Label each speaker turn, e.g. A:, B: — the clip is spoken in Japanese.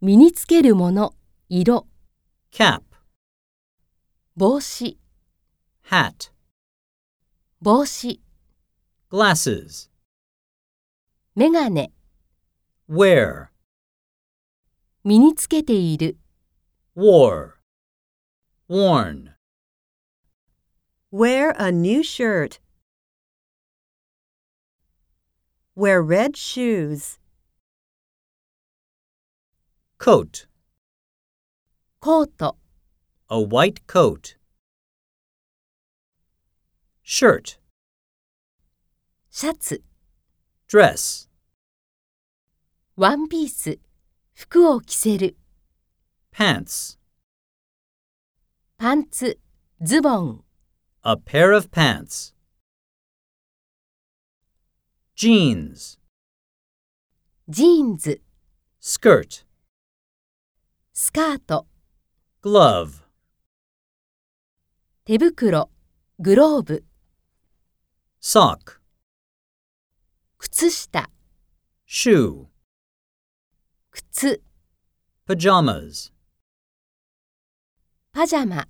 A: 身につけるもの、色、
B: cap,
A: 帽子、
B: hat,
A: 帽子、
B: glasses,
A: メガネ、
B: wear,
A: 身につけている、
B: wore, worn,
C: Wear a new shirt. Wear red shoes.
B: coat,
A: コート、
B: a white coat, shirt,
A: シャツ、
B: dress,
A: ワンピース、服を着せる、
B: pants,
A: パンツ、ズボン、
B: a pair of pants, jeans,
A: ジーンズ、
B: skirt,
A: スカート、
B: glove,
A: 手袋、グローブ、
B: sock,
A: 靴下、
B: shoe,
A: 靴、
B: pajamas.
A: パジャマ。